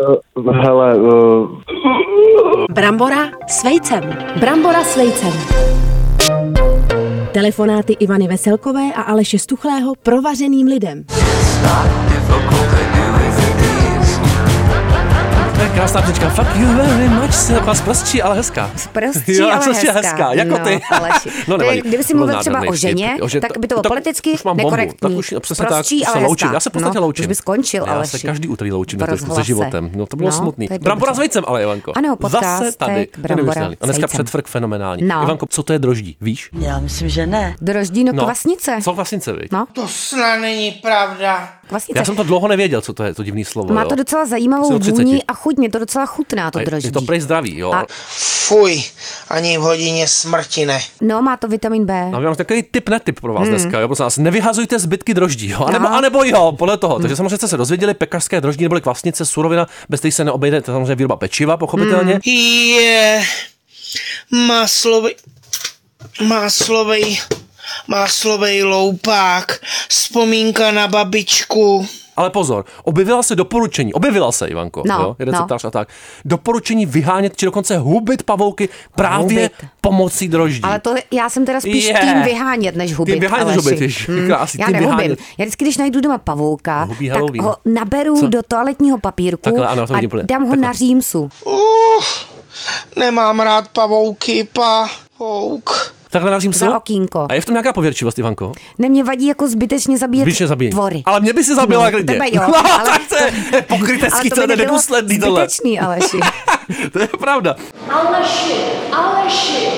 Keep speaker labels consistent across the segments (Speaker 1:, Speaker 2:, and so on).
Speaker 1: Eh, hele, uh,
Speaker 2: Brambora s vejcem. Brambora s vejcem. Telefonáty Ivany Veselkové a Aleše Stuchlého provařeným lidem.
Speaker 3: To je krásná ptička. Fuck you very much. Se vás prostší, ale hezká.
Speaker 4: Prostší,
Speaker 3: Jo,
Speaker 4: ale
Speaker 3: prostší a
Speaker 4: hezká.
Speaker 3: hezká, jako ty.
Speaker 4: No, Aleši.
Speaker 3: No,
Speaker 4: To je,
Speaker 3: nevadí.
Speaker 4: kdyby si
Speaker 3: To byl
Speaker 4: mluvil třeba
Speaker 3: nádherný
Speaker 4: o ženě,
Speaker 3: vtip. O že-
Speaker 4: tak by to bylo
Speaker 3: tak
Speaker 4: politicky
Speaker 3: už mám bombu.
Speaker 4: nekorektní.
Speaker 3: Tak už, přesně
Speaker 4: Prostší,
Speaker 3: tak,
Speaker 4: ale
Speaker 3: se
Speaker 4: hezká.
Speaker 3: loučím. Já se v podstatě
Speaker 4: no,
Speaker 3: loučím.
Speaker 4: Už by skončil,
Speaker 3: Já
Speaker 4: ale
Speaker 3: se každý úterý loučím na se životem. No to bylo
Speaker 4: no,
Speaker 3: smutný.
Speaker 4: to je
Speaker 3: Brambora
Speaker 4: dobře.
Speaker 3: s vejcem, ale Ivanko.
Speaker 4: Ano,
Speaker 3: Zase
Speaker 4: podcast
Speaker 3: tady. To je
Speaker 4: Brambora
Speaker 3: neuvěřitelný. A dneska
Speaker 4: s vejcem.
Speaker 3: předfrk fenomenální.
Speaker 4: No.
Speaker 3: Ivanko, co to je droždí? Víš?
Speaker 5: Já myslím, že ne.
Speaker 4: Droždí, no, kvasnice.
Speaker 3: Co kvasnice, viď?
Speaker 4: No,
Speaker 6: To snad není pravda.
Speaker 4: kvasnice.
Speaker 3: Já jsem to dlouho nevěděl, co to je, to divný slovo.
Speaker 4: Má
Speaker 3: jo.
Speaker 4: to docela
Speaker 3: Asi
Speaker 4: zajímavou
Speaker 3: od 30.
Speaker 4: vůni a chuť, mě to docela chutná, to
Speaker 3: A je-
Speaker 4: droždí.
Speaker 3: Je to prej zdravý, jo.
Speaker 4: A-
Speaker 6: Fuj, ani v hodině smrti ne.
Speaker 4: No, má to vitamin B.
Speaker 3: A mám takový tip na tip pro vás
Speaker 4: Hmm.
Speaker 3: dneska, jo, prosím vás, nevyhazujte zbytky droždí, jo, anebo,
Speaker 4: No.
Speaker 3: anebo jo, podle toho.
Speaker 4: Hmm.
Speaker 3: Takže samozřejmě jste se dozvěděli, pekařské droždí neboli kvasnice, surovina, bez které se neobejde, to je samozřejmě výroba pečiva, pochopitelně.
Speaker 4: Hmm.
Speaker 6: Je, maslovej, maslovej, maslovej loupák, vzpomínka na babičku.
Speaker 3: Ale pozor, objevila se doporučení, objevila se, Ivanko,
Speaker 4: No,
Speaker 3: jo, jeden
Speaker 4: no.
Speaker 3: receptář a tak, doporučení vyhánět, či dokonce hubit pavouky právě
Speaker 4: Hubit.
Speaker 3: pomocí droždí.
Speaker 4: Ale to já jsem teda spíš
Speaker 3: Je.
Speaker 4: yeah. tým vyhánět, než hubit.
Speaker 3: Tým vyhánět, než
Speaker 4: Aleši. Hmm.
Speaker 3: hubit, ježiš, krásný,
Speaker 4: já
Speaker 3: tým
Speaker 4: nehubím.
Speaker 3: vyhánět.
Speaker 4: Já vždycky, když najdu doma pavouka,
Speaker 3: Hubí
Speaker 4: tak
Speaker 3: Halloween.
Speaker 4: ho naberu
Speaker 3: Co?
Speaker 4: do toaletního papírku
Speaker 3: Takhle, ano, to vidím
Speaker 4: a
Speaker 3: úplně.
Speaker 4: dám ho
Speaker 3: Takhle.
Speaker 4: na římsu.
Speaker 6: Uf, nemám rád pavouky, pa, houk.
Speaker 3: Takhle nařím se.
Speaker 4: Za okýnko.
Speaker 3: A je v tom nějaká pověrčivost, Ivanko?
Speaker 4: Ne, mě vadí jako zbytečně zabíjet
Speaker 3: Zbytečně zabíjení.
Speaker 4: tvory.
Speaker 3: Ale mě by si zabila,
Speaker 4: no,
Speaker 3: klidně.
Speaker 4: tebe jo,
Speaker 3: no,
Speaker 4: ale
Speaker 3: tak to je pokrytecký, to je nedůsledný tohle.
Speaker 4: Zbytečný, Aleši.
Speaker 3: to je pravda.
Speaker 7: Aleši, Aleši.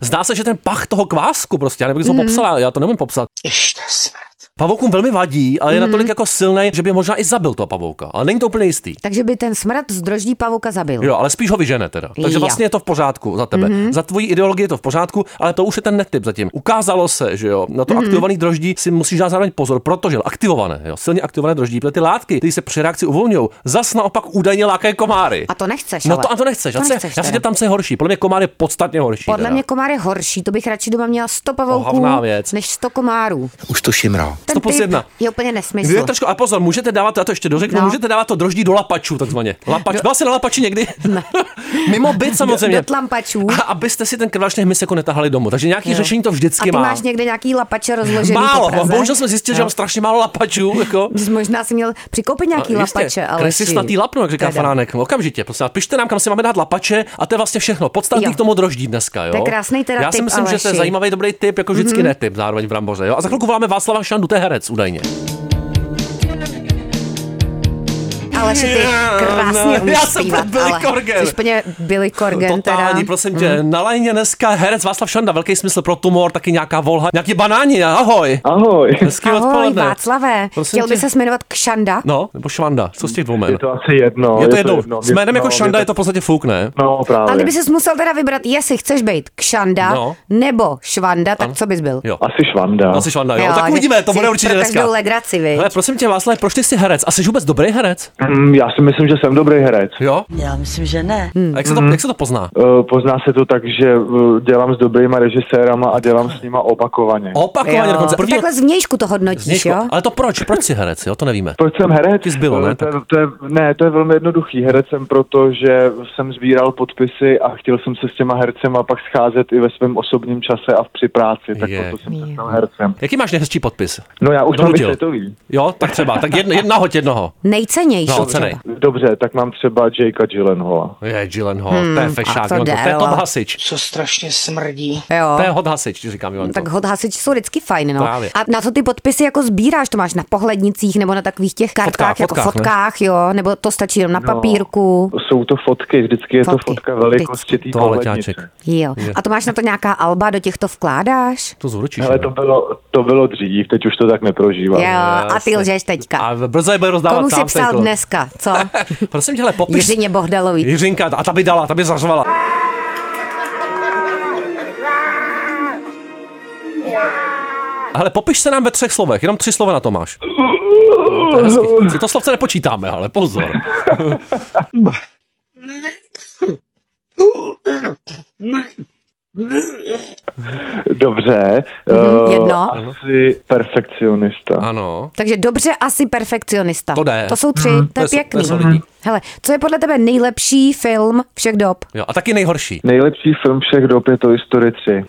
Speaker 3: Zdá se, že ten pach toho kvásku prostě, já nevím, jak jsem ho
Speaker 4: Mhm.
Speaker 3: popsala, já to nemůžu popsat.
Speaker 6: Ještě smrt.
Speaker 3: Pavoukům velmi vadí, ale je
Speaker 4: Mhm.
Speaker 3: natolik jako silný, že by možná i zabil toho pavouka. Ale není to úplně jistý.
Speaker 4: Takže by ten smrad z droždí pavouka zabil.
Speaker 3: Jo, ale spíš ho vyžene teda. Takže
Speaker 4: Jo. Mhm.
Speaker 3: vlastně je to v pořádku za tebe. Mm-hmm. Za tvoji ideologii je to v pořádku, ale to už je ten netyp zatím. Ukázalo se, že jo, na
Speaker 4: Mhm.
Speaker 3: to mm-hmm. aktivovaný droždí si musíš dát zároveň pozor, protože aktivované, jo, silně aktivované droždí, protože ty látky, které se při reakci uvolňují, zas naopak údajně lákají komáry.
Speaker 4: A to nechceš,
Speaker 3: No
Speaker 4: ale.
Speaker 3: to, a to nechceš.
Speaker 4: To
Speaker 3: já, se,
Speaker 4: nechceš
Speaker 3: já se
Speaker 4: teda.
Speaker 3: tě tam se horší. Podle mě komár je podstatně horší.
Speaker 4: Podle
Speaker 3: teda.
Speaker 4: mě komár je horší, to bych radši doma měla 100 pavouků,
Speaker 3: Ohavná věc.
Speaker 4: než 100 komárů.
Speaker 8: Už to šimrá.
Speaker 4: Ten
Speaker 3: 100 plus
Speaker 4: typ
Speaker 3: jedna.
Speaker 4: je úplně nesmysl.
Speaker 3: Je trošku, ale pozor, můžete dávat, já to ještě dořeknu, no.
Speaker 4: No.
Speaker 3: můžete dávat to droždí do lapačů, takzvaně. Lapač. Byla jsi na lapači někdy? Ne. Mimo byt samozřejmě.
Speaker 4: do tlampačů.
Speaker 3: A abyste si ten krváčný hmyz jako netahali domů. Takže nějaký
Speaker 4: Jo.
Speaker 3: řešení to
Speaker 4: A
Speaker 3: vždycky
Speaker 4: ty
Speaker 3: má.
Speaker 4: máš někde nějaký lapače rozložený po
Speaker 3: Málo,
Speaker 4: Praze?
Speaker 3: bohužel jsem zjistil, že
Speaker 4: No.
Speaker 3: mám strašně málo lapačů. Jako.
Speaker 4: Jsi Možná si měl přikoupit nějaký
Speaker 3: A jistě,
Speaker 4: lapače, ale
Speaker 3: Kresy snatý lapno, jak říká
Speaker 4: Teda.
Speaker 3: Fanánek. Okamžitě, prosím, vás, pište nám, kam si máme dát lapače a to je vlastně všechno. Podstatný
Speaker 4: Jo.
Speaker 3: k tomu droždí dneska. Jo?
Speaker 4: To je krásnej teda
Speaker 3: Já si
Speaker 4: tip,
Speaker 3: myslím, že to je
Speaker 4: Aleši. Mhm.
Speaker 3: zajímavý, dobrý tip, jako vždycky mm-hmm. ne tip, zároveň v Ramboře. Jo? A za chvilku voláme Václava Šandu, to je herec údajně.
Speaker 4: Ale že ty krásně
Speaker 3: Já
Speaker 4: umíš
Speaker 3: jsem
Speaker 4: zpívat,
Speaker 3: byl Billy
Speaker 4: ale
Speaker 3: Corgan.
Speaker 4: Jsi úplně Billy Corgan
Speaker 3: Totální,
Speaker 4: teda. Mhm.
Speaker 3: prosím tě. Na lajně dneska herec Václav Šanda, velký smysl pro tumor, taky nějaká volha, nějaký banáni, ahoj.
Speaker 1: ahoj.
Speaker 3: Hezký
Speaker 4: Ahoj,
Speaker 3: odpoledne.
Speaker 4: Václavé,
Speaker 3: Prosím
Speaker 4: chtěl by
Speaker 3: tě.
Speaker 4: se jmenovat Kšanda?
Speaker 3: No, nebo Švanda, co z těch dvou
Speaker 1: Je
Speaker 3: jmen?
Speaker 1: to asi jedno.
Speaker 3: Je to jednou. S
Speaker 1: Mě-
Speaker 3: jménem jako
Speaker 1: no,
Speaker 3: Šanda
Speaker 1: mě
Speaker 3: je to v podstatě fuk, ne?
Speaker 1: No, právě.
Speaker 4: Ale kdyby ses musel teda vybrat, jestli chceš být Kšanda
Speaker 3: No.
Speaker 4: nebo Švanda, tak co bys byl?
Speaker 3: Jo.
Speaker 1: Asi švanda.
Speaker 3: Asi Švanda, jo.
Speaker 4: Jo,
Speaker 3: Tak
Speaker 4: že
Speaker 3: uvidíme, to
Speaker 4: si
Speaker 3: bude určitě
Speaker 4: pro
Speaker 3: dneska.
Speaker 4: každou legraci, viď?
Speaker 3: Ale prosím tě, Václav, proč ty jsi herec? A jsi vůbec dobrý herec?
Speaker 1: Hmm, já si myslím, že jsem dobrý herec.
Speaker 3: Jo?
Speaker 5: Já myslím, že ne.
Speaker 8: Hm.
Speaker 4: Hmm.
Speaker 3: A jak se to,
Speaker 4: Mhm.
Speaker 3: jak se to pozná?
Speaker 1: Eh, Pozná se to tak, že eh, dělám s dobrýma režisérama a dělám s nima opakovaně.
Speaker 3: Opakovaně dokonce. První
Speaker 4: Takhle zvnějšku to hodnotíš,
Speaker 3: Zničko,
Speaker 4: jo?
Speaker 3: ale to proč? Proč jsi herec? Jo, to nevíme.
Speaker 1: Proč jsem herec?
Speaker 3: Ty zbylo, ne?
Speaker 1: Eh, To je, to je, ne, to je velmi jednoduchý. Herec jsem proto, že jsem sbíral podpisy a chtěl jsem se s těma hercema pak scházet i ve svém osobním čase a v při práci. Tak
Speaker 3: Je.
Speaker 1: proto jsem se stal hercem.
Speaker 3: Jaký máš nejhezčí podpis?
Speaker 1: No já už mám
Speaker 3: Donutil.
Speaker 1: vysvětový.
Speaker 3: Jo, tak třeba. Tak jedno, jedna hoď jednoho.
Speaker 4: Nejcennější.
Speaker 3: No,
Speaker 4: třeba.
Speaker 3: ocenej.
Speaker 1: Dobře, tak mám třeba Jakea Gyllenhaala.
Speaker 3: No Je, Gyllenhaal, to je fešák,
Speaker 4: Hmm, a to
Speaker 3: Ivanko, to je
Speaker 4: Daryl.
Speaker 3: Tom Hasič.
Speaker 6: Co strašně smrdí.
Speaker 4: Jo.
Speaker 3: To je hod hasič, ti říkám, Ivanko.
Speaker 4: No. Tak hod hasiči jsou vždycky fajn, no.
Speaker 3: Právě.
Speaker 4: A na co ty podpisy jako sbíráš? To máš na pohlednicích nebo na takových těch kartkách,
Speaker 3: fotkách,
Speaker 4: jako
Speaker 3: ne? No.
Speaker 4: fotkách, jo? Nebo to stačí jenom na papírku?
Speaker 1: Jsou to fotky, vždycky je
Speaker 4: Fotky.
Speaker 1: to fotka velikosti té
Speaker 3: Tohle
Speaker 1: pohlednice.
Speaker 3: ťáček.
Speaker 4: Jo. A to máš na to nějaká alba, do těch to vkládáš?
Speaker 3: To zúročíš.
Speaker 1: Ale
Speaker 3: ne?
Speaker 1: to bylo, to bylo dřív, teď už to tak neprožívám.
Speaker 4: Jo, a ty
Speaker 3: No, jasně.
Speaker 4: lžeš teďka.
Speaker 3: A brzo je bude rozdávat
Speaker 4: Komu jsi
Speaker 3: sám
Speaker 4: psal
Speaker 3: ten kluk.
Speaker 4: dneska, co?
Speaker 3: Prosím tě, hele, popiš.
Speaker 4: Jiřině Bohdalový.
Speaker 3: Jiřinka, a ta by dala, ta by zařvala. Ale popiš se nám ve třech slovech, jenom tři slova na to máš. No, to je hezký. Si to slovce nepočítáme, ale pozor.
Speaker 1: Dobře. eh,
Speaker 4: Mhm, jedno.
Speaker 1: Asi perfekcionista.
Speaker 3: Ano.
Speaker 4: Takže dobře asi perfekcionista.
Speaker 3: To jde.
Speaker 4: To jsou tři, to je
Speaker 3: s- To je
Speaker 4: pěkný.
Speaker 3: solidní.
Speaker 4: Hele, co je podle tebe nejlepší film všech dob?
Speaker 3: Jo, a taky nejhorší.
Speaker 1: Nejlepší film všech dob je to History 3.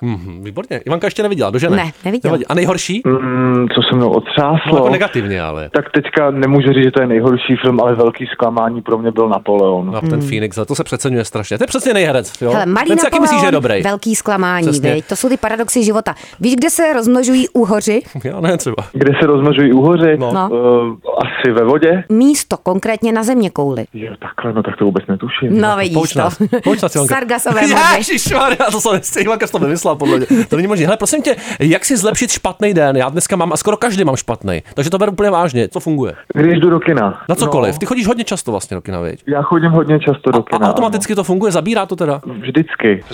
Speaker 3: Mhm, výborně. Ivanka ještě neviděla, dožene?
Speaker 4: Ne, neviděla.
Speaker 3: Nevadí. A nejhorší?
Speaker 1: Mm, co se mnou
Speaker 3: No, jako
Speaker 1: otřáslo?
Speaker 3: negativně, ale.
Speaker 1: tak teďka nemůžu říct, že to je nejhorší film, ale velký zklamání pro mě byl Napoleon.
Speaker 3: No, ten Phoenix, ale to se přeceňuje strašně. To je přesně nejherec. Jo?
Speaker 4: Hmm. Hele, malý
Speaker 3: No, ten si taky
Speaker 4: Napoleon,
Speaker 3: myslí, že je dobrý.
Speaker 4: velký zklamání,
Speaker 3: Přesně.
Speaker 4: viď? To jsou ty paradoxy života. Víš, kde se rozmnožují úhoři?
Speaker 3: Já ne, třeba.
Speaker 1: Kde se rozmnožují úhoři?
Speaker 3: No.
Speaker 4: No.
Speaker 1: Eh, asi ve vodě?
Speaker 4: Místo konkrétně na země kouli.
Speaker 1: Jo, takhle, no tak to vůbec netuším.
Speaker 4: No, vidíš
Speaker 3: Pouč
Speaker 4: to.
Speaker 3: nás, pouč nás, Ivanka.
Speaker 4: Sargasové moře.
Speaker 3: Ježišmarja, to jsem si Ivanka to vymyslela, podle mě. To není možné. Hele, prosím tě, jak si zlepšit špatný den? Já dneska mám, a skoro každý mám špatný. Takže to beru úplně vážně. Co funguje?
Speaker 1: Když jdu do kina.
Speaker 3: Na cokoliv. Ty chodíš hodně často vlastně do kina, viď?
Speaker 1: Já chodím hodně často do
Speaker 3: A
Speaker 1: kina.
Speaker 3: automaticky to funguje, zabírá to teda.
Speaker 1: ano. Vždycky.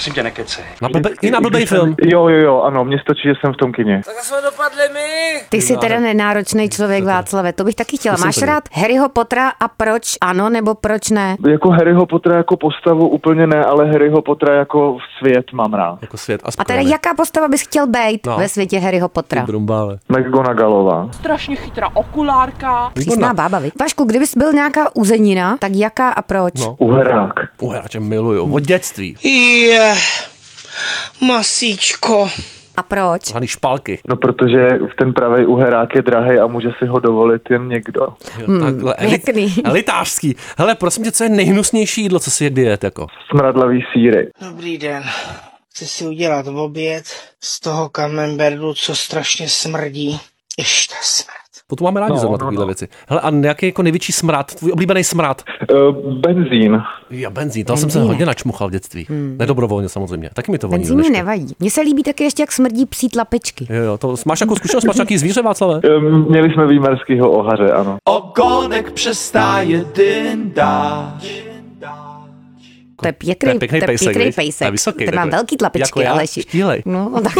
Speaker 3: Na blbe, I na blbý
Speaker 1: Když jsem-
Speaker 3: film.
Speaker 1: Jo, jo, jo, ano, mně stačí, že jsem v tom kině.
Speaker 4: Ty jsi teda nenáročný člověk, Václave, to bych taky chtěla.
Speaker 3: To jsem
Speaker 4: Máš
Speaker 3: tady.
Speaker 4: rád Harryho Pottera a proč ano nebo proč ne?
Speaker 1: Jako Harryho Pottera jako postavu úplně ne, ale Harryho Pottera jako svět mám rád.
Speaker 3: Jako svět a
Speaker 4: A teda
Speaker 3: spokojený.
Speaker 4: jaká postava bys chtěl být
Speaker 3: No.
Speaker 4: no. ve světě Harryho Pottera?
Speaker 3: Brumbále.
Speaker 1: McGonagallová.
Speaker 8: strašně chytrá okulárka.
Speaker 4: Přísná bába, vy. Vašku, kdybys byl nějaká uzenina, tak jaká a proč?
Speaker 3: No.
Speaker 1: Uherák.
Speaker 3: Uhe, já tě miluju. Od dětství.
Speaker 6: Je, masíčko.
Speaker 4: A proč?
Speaker 3: Zvaný špalky.
Speaker 1: No protože ten pravý uherák je drahý a může si ho dovolit jen někdo.
Speaker 3: Hmm, Takhle,
Speaker 4: pěkný.
Speaker 3: elitářský. Hele, prosím tě, co je nejhnusnější jídlo, co si je diet, jako?
Speaker 1: Smradlavý síry.
Speaker 6: Dobrý den. Chci si udělat oběd z toho kamemberdu, co strašně smrdí. Ještě smrt.
Speaker 3: To tu máme rádi no, zrovna no, takovéhle no. věci. Hele, a nějaký jako největší smrad, tvůj oblíbený smrad?
Speaker 1: Eh, benzín.
Speaker 3: Já benzín, tam jsem se hodně načmuchal v dětství. Hmm. Nedobrovolně samozřejmě. Taky mi to voní. do
Speaker 4: Benzín mi
Speaker 3: dneška.
Speaker 4: nevadí. Mně se líbí taky ještě, jak smrdí psí tlapičky.
Speaker 3: Jo, jo, to máš jako zkušenost, máš nějaký zvíře, Václave?
Speaker 1: Eh, Měli jsme výmerskýho ohaře, ano.
Speaker 9: Ogonek přestáje dyndat.
Speaker 4: To je
Speaker 3: To
Speaker 4: pěkný,
Speaker 3: je pěkný pejsek,
Speaker 4: pěkný
Speaker 3: viď?
Speaker 4: pejsek.
Speaker 3: To je vysoký
Speaker 4: Ten má
Speaker 3: takhle.
Speaker 4: velký tlapičky,
Speaker 3: Jako já?
Speaker 4: Aleši.
Speaker 3: Štílej.
Speaker 4: No, no tak.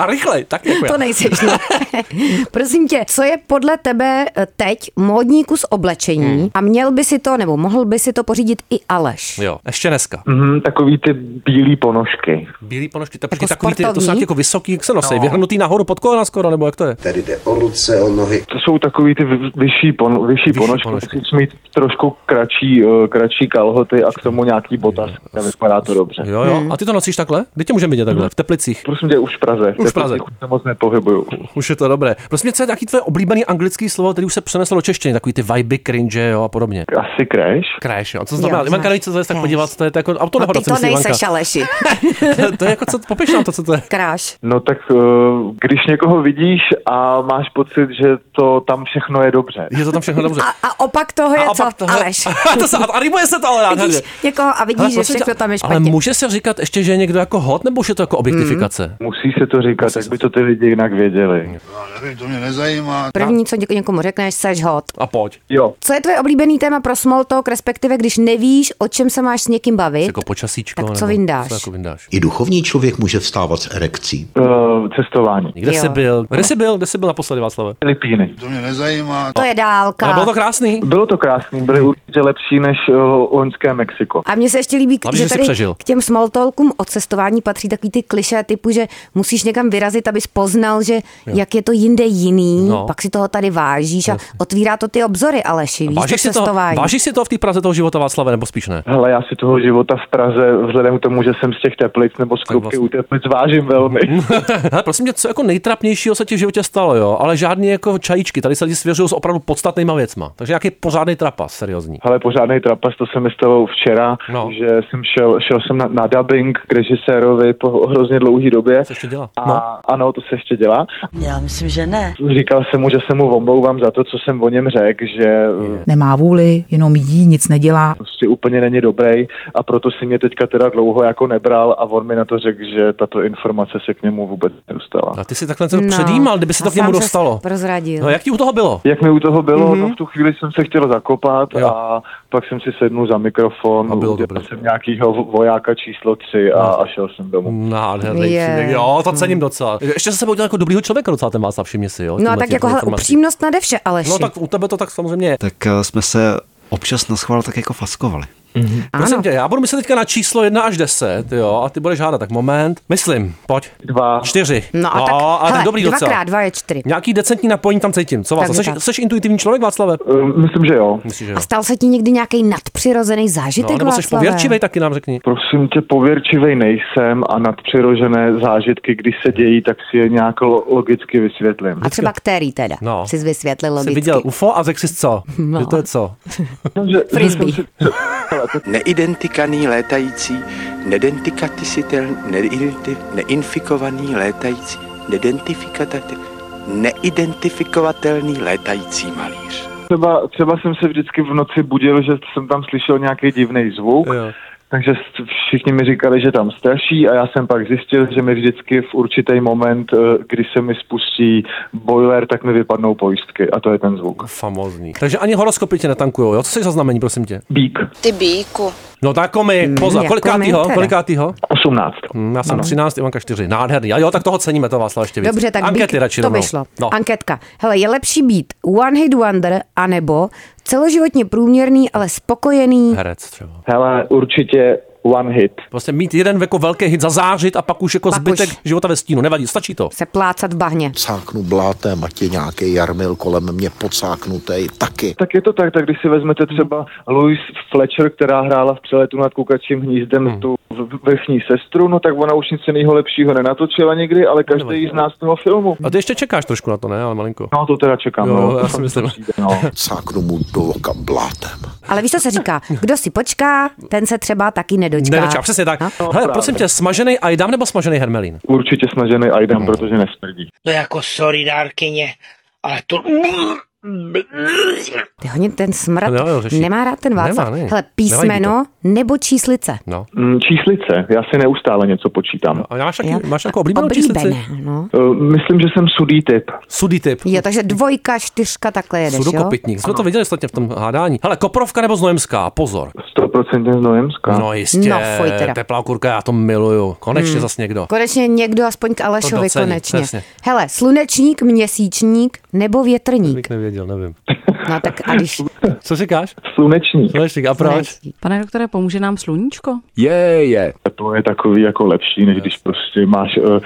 Speaker 3: a rychle, tak jako já.
Speaker 4: to nejseš. No. Prosím tě, co je podle tebe eh, teď módní kus oblečení a měl by si to, nebo mohl by si to pořídit i Aleš?
Speaker 3: Hmm. Jo, ještě dneska.
Speaker 1: Mhm, takový ty bílé ponožky.
Speaker 3: Bílý ponožky, tak
Speaker 4: Jako
Speaker 3: takový ty, to jsou
Speaker 4: sportovní?
Speaker 3: nějaký jako vysoký, jak se nosí, no. vyhrnutý nahoru pod kolena skoro, nebo jak to je?
Speaker 10: Tady jde o ruce, o nohy.
Speaker 1: To jsou takový ty vy- vyšší, pon, vyšší, ponožky.
Speaker 3: ponožky.
Speaker 1: Musíš mít trošku kratší, eh, kratší kalhoty a k tomu nějaký botas. A vypadá to dobře.
Speaker 3: Jo, jo. A ty to nosíš takhle? Kde tě můžeme vidět takhle? V teplicích.
Speaker 1: Prosím tě, už v Praze.
Speaker 3: Už v Praze.
Speaker 1: Teď se moc nepohybuju.
Speaker 3: Už je to dobré. Prosím, tě, co je taky tvoje oblíbený anglický slovo, který už se přeneslo do češtiny, takový ty vibe, cringe jo, a podobně.
Speaker 1: Asi crash.
Speaker 3: Crash, jo. Co to znamená?
Speaker 4: Jo,
Speaker 3: Ivanka
Speaker 4: znáš.
Speaker 3: neví, co to je, tak
Speaker 4: Crash.
Speaker 3: podívat, to je to jako auto
Speaker 4: No,
Speaker 3: nehoda,
Speaker 4: ty
Speaker 3: co
Speaker 4: to
Speaker 3: myslí Ivanka.
Speaker 4: nejseš, Aleši.
Speaker 3: to, to je jako, co, popiš nám to, co to je.
Speaker 4: Kráš.
Speaker 1: No tak eh, když někoho vidíš a máš pocit, že to tam všechno je dobře.
Speaker 3: Je to tam všechno dobře.
Speaker 4: A, a opak toho je co?
Speaker 3: opak toho-
Speaker 4: Aleš.
Speaker 3: A, to se, a rýmuje se to ale rád.
Speaker 4: Vidíš
Speaker 3: hele.
Speaker 4: někoho a vidíš,
Speaker 3: Hele,
Speaker 4: že
Speaker 3: prosím tě,
Speaker 4: všechno tam je
Speaker 3: ale
Speaker 4: špatně.
Speaker 3: může se říkat ještě, že je někdo jako hot, nebo už je to jako objektifikace?
Speaker 4: Mm.
Speaker 1: Musí se to říkat, tak by to ty lidi jinak věděli.
Speaker 4: První, co něk- někomu řekneš, seš hot.
Speaker 3: A pojď.
Speaker 1: Jo,
Speaker 4: Co je tvoje oblíbený téma pro small talk, respektive když nevíš, o čem se máš s někým bavit?
Speaker 3: Jako počasíčko.
Speaker 4: Tak co
Speaker 3: nebo
Speaker 4: vyndáš?
Speaker 3: Co jako vyndáš?
Speaker 10: I duchovní člověk může vstávat s erekcí.
Speaker 1: eh, cestování.
Speaker 3: Kde
Speaker 4: Jo. No.
Speaker 3: jsi byl? Kde jsi byl? Kde jsi byl naposledy, Václave?
Speaker 1: Filipíny.
Speaker 4: To je dálka.
Speaker 3: Ale bylo to krásný.
Speaker 1: Bylo to krásný, byly určitě lepší než eh, loňské Mexiko.
Speaker 4: A mně se ještě líbí,
Speaker 3: Hlavně, že
Speaker 4: že
Speaker 3: jsi
Speaker 4: tady
Speaker 3: přežil.
Speaker 4: k těm smalltalkům o cestování patří takový ty kliše typu, že musíš někam vyrazit, abys poznal, že jo. jak je to jinde jiný,
Speaker 3: No.
Speaker 4: no. pak si toho tady vážíš a otvírá to ty obzory, Aleši, víš,
Speaker 3: Vážíš
Speaker 4: to
Speaker 3: si, toho,
Speaker 4: cestování.
Speaker 3: vážíš si toho v té Praze toho života, Václave, nebo spíš ne?
Speaker 1: Hele, já si toho života v Praze, vzhledem k tomu, že jsem z těch teplic nebo z Krupky
Speaker 3: vlastně.
Speaker 1: u teplic, vážím velmi.
Speaker 3: Hele, prosím tě, co jako nejtrapnějšího se ti v životě stalo, jo? Ale žádný jako čajíčky, tady se ti svěřují s opravdu podstatnýma věcma. Takže nějaký pořádný trapas, seriózní.
Speaker 1: Ale pořádný trapas, to se mi stalo včera,
Speaker 3: No.
Speaker 1: no. že jsem šel, šel jsem na, na dubbing k režisérovi po hrozně dlouhý době.
Speaker 3: Co ještě dělá?
Speaker 1: A
Speaker 3: No.
Speaker 1: ano, to se ještě dělá.
Speaker 5: Já myslím, že ne.
Speaker 1: Říkal jsem mu, že se mu omlouvám za to, co jsem o něm řekl, že eh,
Speaker 8: Nemá vůli, jenom jí, nic nedělá.
Speaker 1: prostě úplně není dobrý a proto si mě teďka teda dlouho jako nebral a on mi na to řekl, že tato informace se k němu vůbec nedostala.
Speaker 3: A ty si takhle to předjímal, kdyby se
Speaker 4: No, a
Speaker 3: to k němu
Speaker 4: sám ses
Speaker 3: dostalo.
Speaker 4: Prozradil.
Speaker 3: No jak ti u toho bylo?
Speaker 1: Jak mi u toho bylo, mm-hmm. no v tu chvíli jsem se chtěl zakopat
Speaker 3: Mhm. Jo.
Speaker 1: jo. a pak jsem si sednul za mikrofon,
Speaker 3: A bylo
Speaker 1: udělal
Speaker 3: dobré. No.
Speaker 1: jsem nějakýho vojáka číslo 3 a, a šel jsem
Speaker 3: Mm.
Speaker 1: domů.
Speaker 3: Nádherný
Speaker 4: Je. Hmm.
Speaker 3: příběh. Jo, to cením docela. Ještě se udělal jako dobrýho člověka docela ten Václav, všimni si, jo?
Speaker 4: No a
Speaker 3: tímhle
Speaker 4: tak
Speaker 3: těch
Speaker 4: jako, hele,
Speaker 3: informací.
Speaker 4: upřímnost nade vše, Aleši.
Speaker 3: No tak u tebe to tak samozřejmě je.
Speaker 9: Tak eh, jsme se občas na schvál tak jako faskovali.
Speaker 3: Mhm. Prosím
Speaker 4: Ano.
Speaker 3: tě, já budu myslet teďka na číslo 1 až 10, jo, a ty budeš hádat, tak moment. Myslím, pojď.
Speaker 1: Dva.
Speaker 3: Čtyři.
Speaker 4: No a tak,
Speaker 3: a
Speaker 4: hele,
Speaker 3: tak dobrý
Speaker 4: dva
Speaker 3: docela.
Speaker 4: krát dva je čtyři.
Speaker 3: Nějaký decentní napojení tam cítím. Co vás?
Speaker 4: Takže
Speaker 3: Jsi,
Speaker 4: tak.
Speaker 3: jsi intuitivní člověk, Václave?
Speaker 1: Eh, Myslím, že jo.
Speaker 3: Myslíš, že jo?
Speaker 4: A stal se ti někdy nějaký nadpřirozený
Speaker 3: No,
Speaker 4: zážitek,
Speaker 3: nebo jsi
Speaker 4: Václave?
Speaker 3: pověrčivej, taky nám řekni.
Speaker 1: Prosím tě, pověrčivej nejsem a nadpřirozené zážitky, když se dějí, tak si je nějak lo- logicky vysvětlím.
Speaker 4: A třeba který teda?
Speaker 3: No.
Speaker 4: Jsi vysvětlil
Speaker 3: Jsi
Speaker 4: logicky.
Speaker 3: viděl UFO a řekl jsi co? No. Že to je co?
Speaker 1: Že- že
Speaker 4: Frisbee.
Speaker 1: jsem si- Hele, to-
Speaker 9: Neidentikný létající, nedentikatisitel, neidenti, neinfikovaný létající, neidentifikatatel, neidentifikovatelný létající malíř.
Speaker 1: Třeba, třeba jsem se vždycky v noci budil, že jsem tam slyšel nějaký divný zvuk,
Speaker 3: Jo.
Speaker 1: takže s- všichni mi říkali, že tam straší a já jsem pak zjistil, že mi vždycky v určitý moment, eh, kdy se mi spustí boiler, tak mi vypadnou pojistky a to je ten zvuk.
Speaker 3: Famozní. Takže ani horoskopy tě netankujou, jo? Co jsi za znamení, prosím tě?
Speaker 1: Bík.
Speaker 7: Ty bíku.
Speaker 3: No tak komi, pozor,
Speaker 4: jako my
Speaker 3: kolikátýho,
Speaker 4: teda. No.
Speaker 3: kolikátýho?
Speaker 1: 18.
Speaker 3: Hm, Já jsem 13, Ivanka 4, nádherný. A jo, tak toho ceníme, to Václav ještě víc.
Speaker 4: Dobře, tak
Speaker 3: Ankety
Speaker 4: bík,
Speaker 3: radši
Speaker 4: to
Speaker 3: rovnou.
Speaker 4: vyšlo.
Speaker 3: No.
Speaker 4: Anketka. Hele, je lepší být one hit wonder, anebo celoživotně průměrný, ale spokojený.
Speaker 3: Herec třeba.
Speaker 1: Hele, určitě one hit.
Speaker 3: Prostě mít jeden jako velký hit, zazářit a pak už jako
Speaker 4: Pak
Speaker 3: zbytek
Speaker 4: už.
Speaker 3: života ve stínu. Nevadí, stačí to.
Speaker 4: se plácat v bahně.
Speaker 10: Cáknu blátem, ať je nějaký jarmil kolem mě pocáknutý taky.
Speaker 1: Tak je to tak, tak když si vezmete třeba Louise Fletcher, která hrála v přeletu nad kukačím hnízdem tu v- vrchní sestru, no tak ona už nic jiného lepšího nenatočila nikdy, ale každý z nás toho filmu.
Speaker 3: A ty ještě čekáš trošku na to, ne? Ale malinko.
Speaker 1: No to teda čekám.
Speaker 3: Jo,
Speaker 1: no.
Speaker 3: já si myslím.
Speaker 1: No.
Speaker 10: Cáknu mu do oka blátem.
Speaker 4: Ale víš, co se říká? Kdo si počká, ten se třeba taky nedočká.
Speaker 3: Nedočká, přesně tak.
Speaker 4: No.
Speaker 3: Hele, prosím tě, smažený ajdám nebo smažený hermelín?
Speaker 1: Určitě snažený
Speaker 3: No.
Speaker 1: Aidam, protože nesmrdí.
Speaker 6: To je jako sorry dárkyně, ale to...
Speaker 4: Ty hodně ten smrad
Speaker 3: No, Jo, jo, řeší.
Speaker 4: nemá rád ten Václav.
Speaker 3: Nemá, ne.
Speaker 4: Hele, písmeno nebo číslice.
Speaker 3: No.
Speaker 1: Mm, Číslice, já si neustále něco počítám.
Speaker 3: A máš, taky,
Speaker 4: Jo.
Speaker 3: máš jako oblíbenou číslici?
Speaker 4: Oblíbené, no.
Speaker 1: Eh, Myslím, že jsem sudý typ.
Speaker 3: Sudý typ.
Speaker 4: Jo, takže dvojka, čtyřka, takhle jedeš, jo?
Speaker 3: Sudokopitník. Jsme to viděli ostatně v tom hádání. Hele, Koprovka nebo Znojemská, pozor.
Speaker 1: 100% z Nojemska.
Speaker 3: No jistě,
Speaker 4: No, fuj teda.
Speaker 3: teplá kurka, já to miluju. Konečně hmm. zas někdo.
Speaker 4: Konečně někdo aspoň k
Speaker 3: To
Speaker 4: Alešovi
Speaker 3: docení,
Speaker 4: konečně.
Speaker 3: přesně.
Speaker 4: Hele, slunečník, měsíčník nebo větrník.
Speaker 3: nevěděl, nevím.
Speaker 4: No tak a když...
Speaker 3: Co říkáš?
Speaker 1: Sluneční.
Speaker 3: Slunečník, a proč?
Speaker 4: Slunečník.
Speaker 8: Pane doktore, pomůže nám sluníčko?
Speaker 9: Je, je.
Speaker 1: Teplo je takový jako lepší, než když prostě máš uh,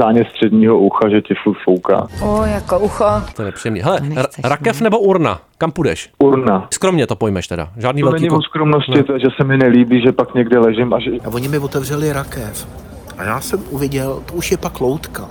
Speaker 1: zánět středního ucha, že ti furt fouká.
Speaker 7: O, jako ucho.
Speaker 3: To je nepříjemný. Hele,
Speaker 4: nechceš, no.
Speaker 3: ra- rakev nebo urna? Kam půjdeš?
Speaker 1: Urna.
Speaker 3: Skromně to pojmeš teda. Žádný
Speaker 1: To
Speaker 3: velký...
Speaker 1: není o
Speaker 3: kus. No.
Speaker 1: skromnosti, to, je, že se mi nelíbí, že pak někde ležím a že
Speaker 10: A oni mi otevřeli rakev. A já jsem uviděl, to už je pak loutka.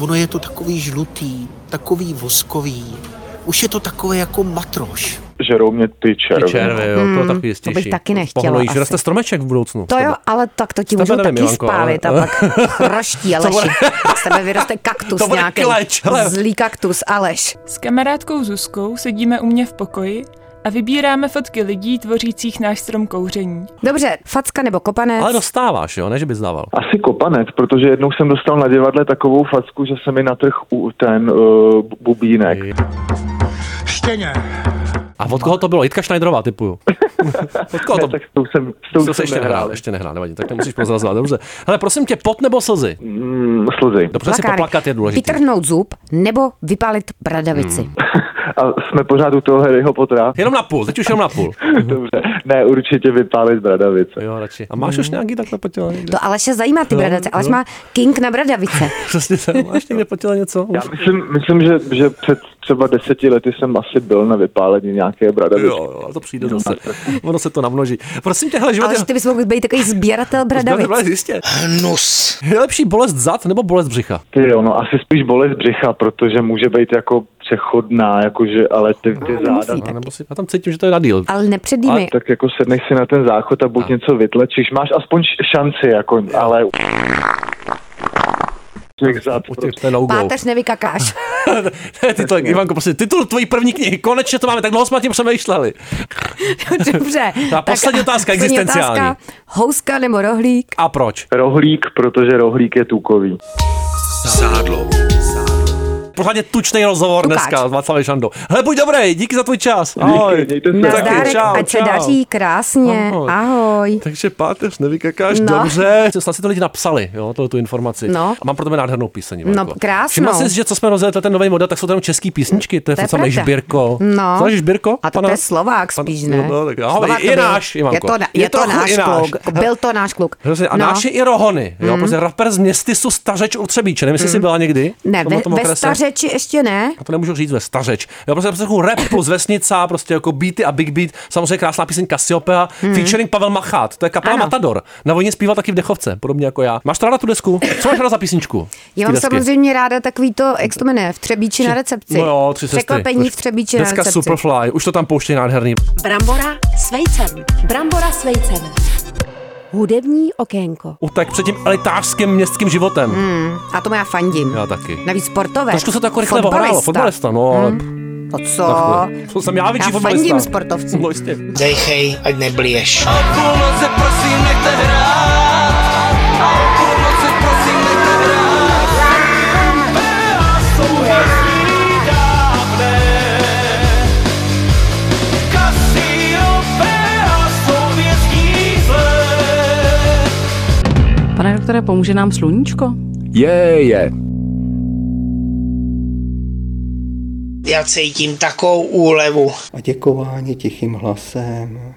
Speaker 10: Ono je to takový žlutý, takový voskový. Už je to takové jako matroš.
Speaker 1: žerou mě ty červy.
Speaker 3: Ty červy, jo, to je takový
Speaker 4: Hmm, to
Speaker 3: jistější.
Speaker 4: bych taky nechtěla
Speaker 3: Pohnojíš,
Speaker 4: asi.
Speaker 3: roste stromeček v budoucnu.
Speaker 4: To
Speaker 3: Tebe.
Speaker 4: jo, ale tak to ti
Speaker 3: Tebe
Speaker 4: můžou
Speaker 3: nevím,
Speaker 4: taky
Speaker 3: Ivanko, ale-
Speaker 4: spálit a pak chroští Aleši. Z tebe vyroste kaktus
Speaker 3: To bude
Speaker 4: nějaký.
Speaker 3: kleč, hele.
Speaker 4: Zlý kaktus, Aleš.
Speaker 11: S kamarádkou Zuzkou sedíme u mě v pokoji a vybíráme fotky lidí tvořících náš strom kouření.
Speaker 4: Dobře, facka nebo kopanec.
Speaker 3: Ale no, dostáváš, jo, ne, že bys dával.
Speaker 1: Asi kopanec, protože jednou jsem dostal na divadle takovou facku, že se mi natrh u ten uh, bubínek.
Speaker 3: A od koho to bylo? Jitka Schneiderová, typuju. od koho to
Speaker 1: Ne, No, tak s tou jsem, s tou
Speaker 3: To se
Speaker 1: jsem
Speaker 3: ještě nehrál,
Speaker 1: nehrál.
Speaker 3: ještě nehrál, nevadí, tak to musíš prozrazovat, dobře. Hele, prosím tě, pot nebo slzy?
Speaker 1: Mm, slzy.
Speaker 3: Dobře, si
Speaker 4: Plakánek.
Speaker 3: poplakat je důležité.
Speaker 4: Vytrhnout zub nebo vypálit bradavici. Hmm.
Speaker 1: A jsme pořád u toho Harryho Pottera?
Speaker 3: Jenom na půl, teď už jenom na půl.
Speaker 1: Dobře. Ne, určitě vypálit bradavice.
Speaker 3: Jo, radši. A máš už nějaký takhle po těle někde?
Speaker 4: To Aleše zajímá
Speaker 3: No,
Speaker 4: ty bradavice. Aleš má king na bradavice.
Speaker 3: Přesně tak, máš někde po těle něco?
Speaker 1: Já myslím, myslím že, že před třeba deseti lety jsem asi byl na vypálení nějaké bradavice.
Speaker 3: Jo, jo, to přijde zase. Ono se to namnoží. Prosím tě, hele, život
Speaker 4: Aleš, ty bys mohl být takový sběratel bradavic.
Speaker 3: je... Jistě.
Speaker 6: Hnus.
Speaker 3: Je lepší bolest zad nebo bolest břicha?
Speaker 1: Ty jo, no asi spíš bolest břicha, protože může být jako přechodná, jakože, ale ty, ty záda
Speaker 4: Musí
Speaker 3: A
Speaker 4: tak.
Speaker 3: nebo si, já tam cítím, že to je na díl.
Speaker 4: Ale
Speaker 1: A
Speaker 4: nepředjímej.
Speaker 1: tak jako sedneš si na ten záchod a buď a. něco vytlačíš, máš aspoň š- šanci, jako, ale... Těch zad,
Speaker 3: U těch,
Speaker 1: prostě.
Speaker 3: to je no go.
Speaker 4: Páteř nevykakáš.
Speaker 3: titul, Ivanko, prosím, titul tvojí první knihy. Konečně to máme, tak dlouho jsme nad tím přemýšleli.
Speaker 4: Dobře.
Speaker 3: A poslední otázka,
Speaker 4: poslední
Speaker 3: existenciální.
Speaker 4: otázka. Houska nebo rohlík?
Speaker 3: A proč?
Speaker 1: Rohlík, protože rohlík je tukový.
Speaker 3: pořádně tučný rozhovor
Speaker 4: Tukáč.
Speaker 3: dneska s Václavem Šandou. Hele, buď dobrý, díky za tvůj čas.
Speaker 1: Díky, mějte se.
Speaker 3: Taky,
Speaker 4: Nazdárek,
Speaker 3: No čau,
Speaker 4: ať se
Speaker 3: čau.
Speaker 4: daří krásně.
Speaker 3: Ahoj.
Speaker 4: Ahoj. Ahoj.
Speaker 3: Takže páteř nevykakáš,
Speaker 4: No.
Speaker 3: dobře. Snad si to lidi napsali, jo, tu, tu informaci.
Speaker 4: No.
Speaker 3: A mám pro tebe nádhernou píseň.
Speaker 4: No,
Speaker 3: Ivanko.
Speaker 4: krásnou.
Speaker 3: Všimla jsi, že co jsme rozjeli, ten nový model, tak jsou tam český písničky, to je
Speaker 4: To je
Speaker 3: fakt samý
Speaker 4: pravda.
Speaker 3: Žbírko.
Speaker 4: No.
Speaker 3: Znáš Žbírko?
Speaker 4: A to, to
Speaker 3: Pana-
Speaker 4: je Slovák spíš,
Speaker 3: Pan-
Speaker 4: ne?
Speaker 3: no, tak- ahoj,
Speaker 4: Slovák
Speaker 3: je
Speaker 4: to byl.
Speaker 3: náš, Ivanko.
Speaker 4: Je to, na,
Speaker 3: Je
Speaker 4: je to
Speaker 3: trochu
Speaker 4: náš
Speaker 3: i náš.
Speaker 4: kluk. Byl Mhm. to náš kluk.
Speaker 3: Hrozně. A no. naši i rohony, jo, mm. prostě rapper z městysu Stařeč u Třebíče, nevím, jestli jsi byla někdy.
Speaker 4: Mhm. Ne,
Speaker 3: v tomhle tom
Speaker 4: ve, ve
Speaker 3: okrese.
Speaker 4: stařeči ještě ne.
Speaker 3: Já to nemůžu říct ve stařeč. Já prostě poslechu rap plus vesnica, prostě jako beaty a big beat, samozřejmě krásná píseň Cassiopeia, mm. featuring Pavel Machát, to je kapela
Speaker 4: Hmm. Ano.
Speaker 3: Matador. Na vojně zpíval taky v Dechovce, podobně jako já. Máš to ráda tu desku? Co máš ráda za písničku?
Speaker 4: Já
Speaker 3: Ty
Speaker 4: mám
Speaker 3: desky?
Speaker 4: samozřejmě ráda takový to, jak se to jmenuje, v Třebíči na recepci.
Speaker 3: No jo, tři sestry.
Speaker 4: Překvapení v Třebíči na
Speaker 3: Deska
Speaker 4: recepci.
Speaker 3: Superfly, už to tam pouštějí nádherný.
Speaker 2: Brambora s vejcem. Brambora s vejcem.
Speaker 4: Hudební okénko.
Speaker 3: Utek před tím elitářským městským životem.
Speaker 4: Mm, a to já fandím.
Speaker 3: Já taky.
Speaker 4: Navíc sportové.
Speaker 3: Trošku se to jako rychle ohrálo, fotbalista, no. Mm.
Speaker 4: To co? А
Speaker 3: To jsem já větší
Speaker 4: Hmm. No. Já
Speaker 3: fotbalista.
Speaker 4: fandím sportovcům.
Speaker 3: No jistě.
Speaker 6: Dejchej, ať neblíješ.
Speaker 8: Pane doktore, pomůže nám sluníčko?
Speaker 9: Je, je.
Speaker 6: Já cítím takovou úlevu.
Speaker 12: A děkování tichým hlasem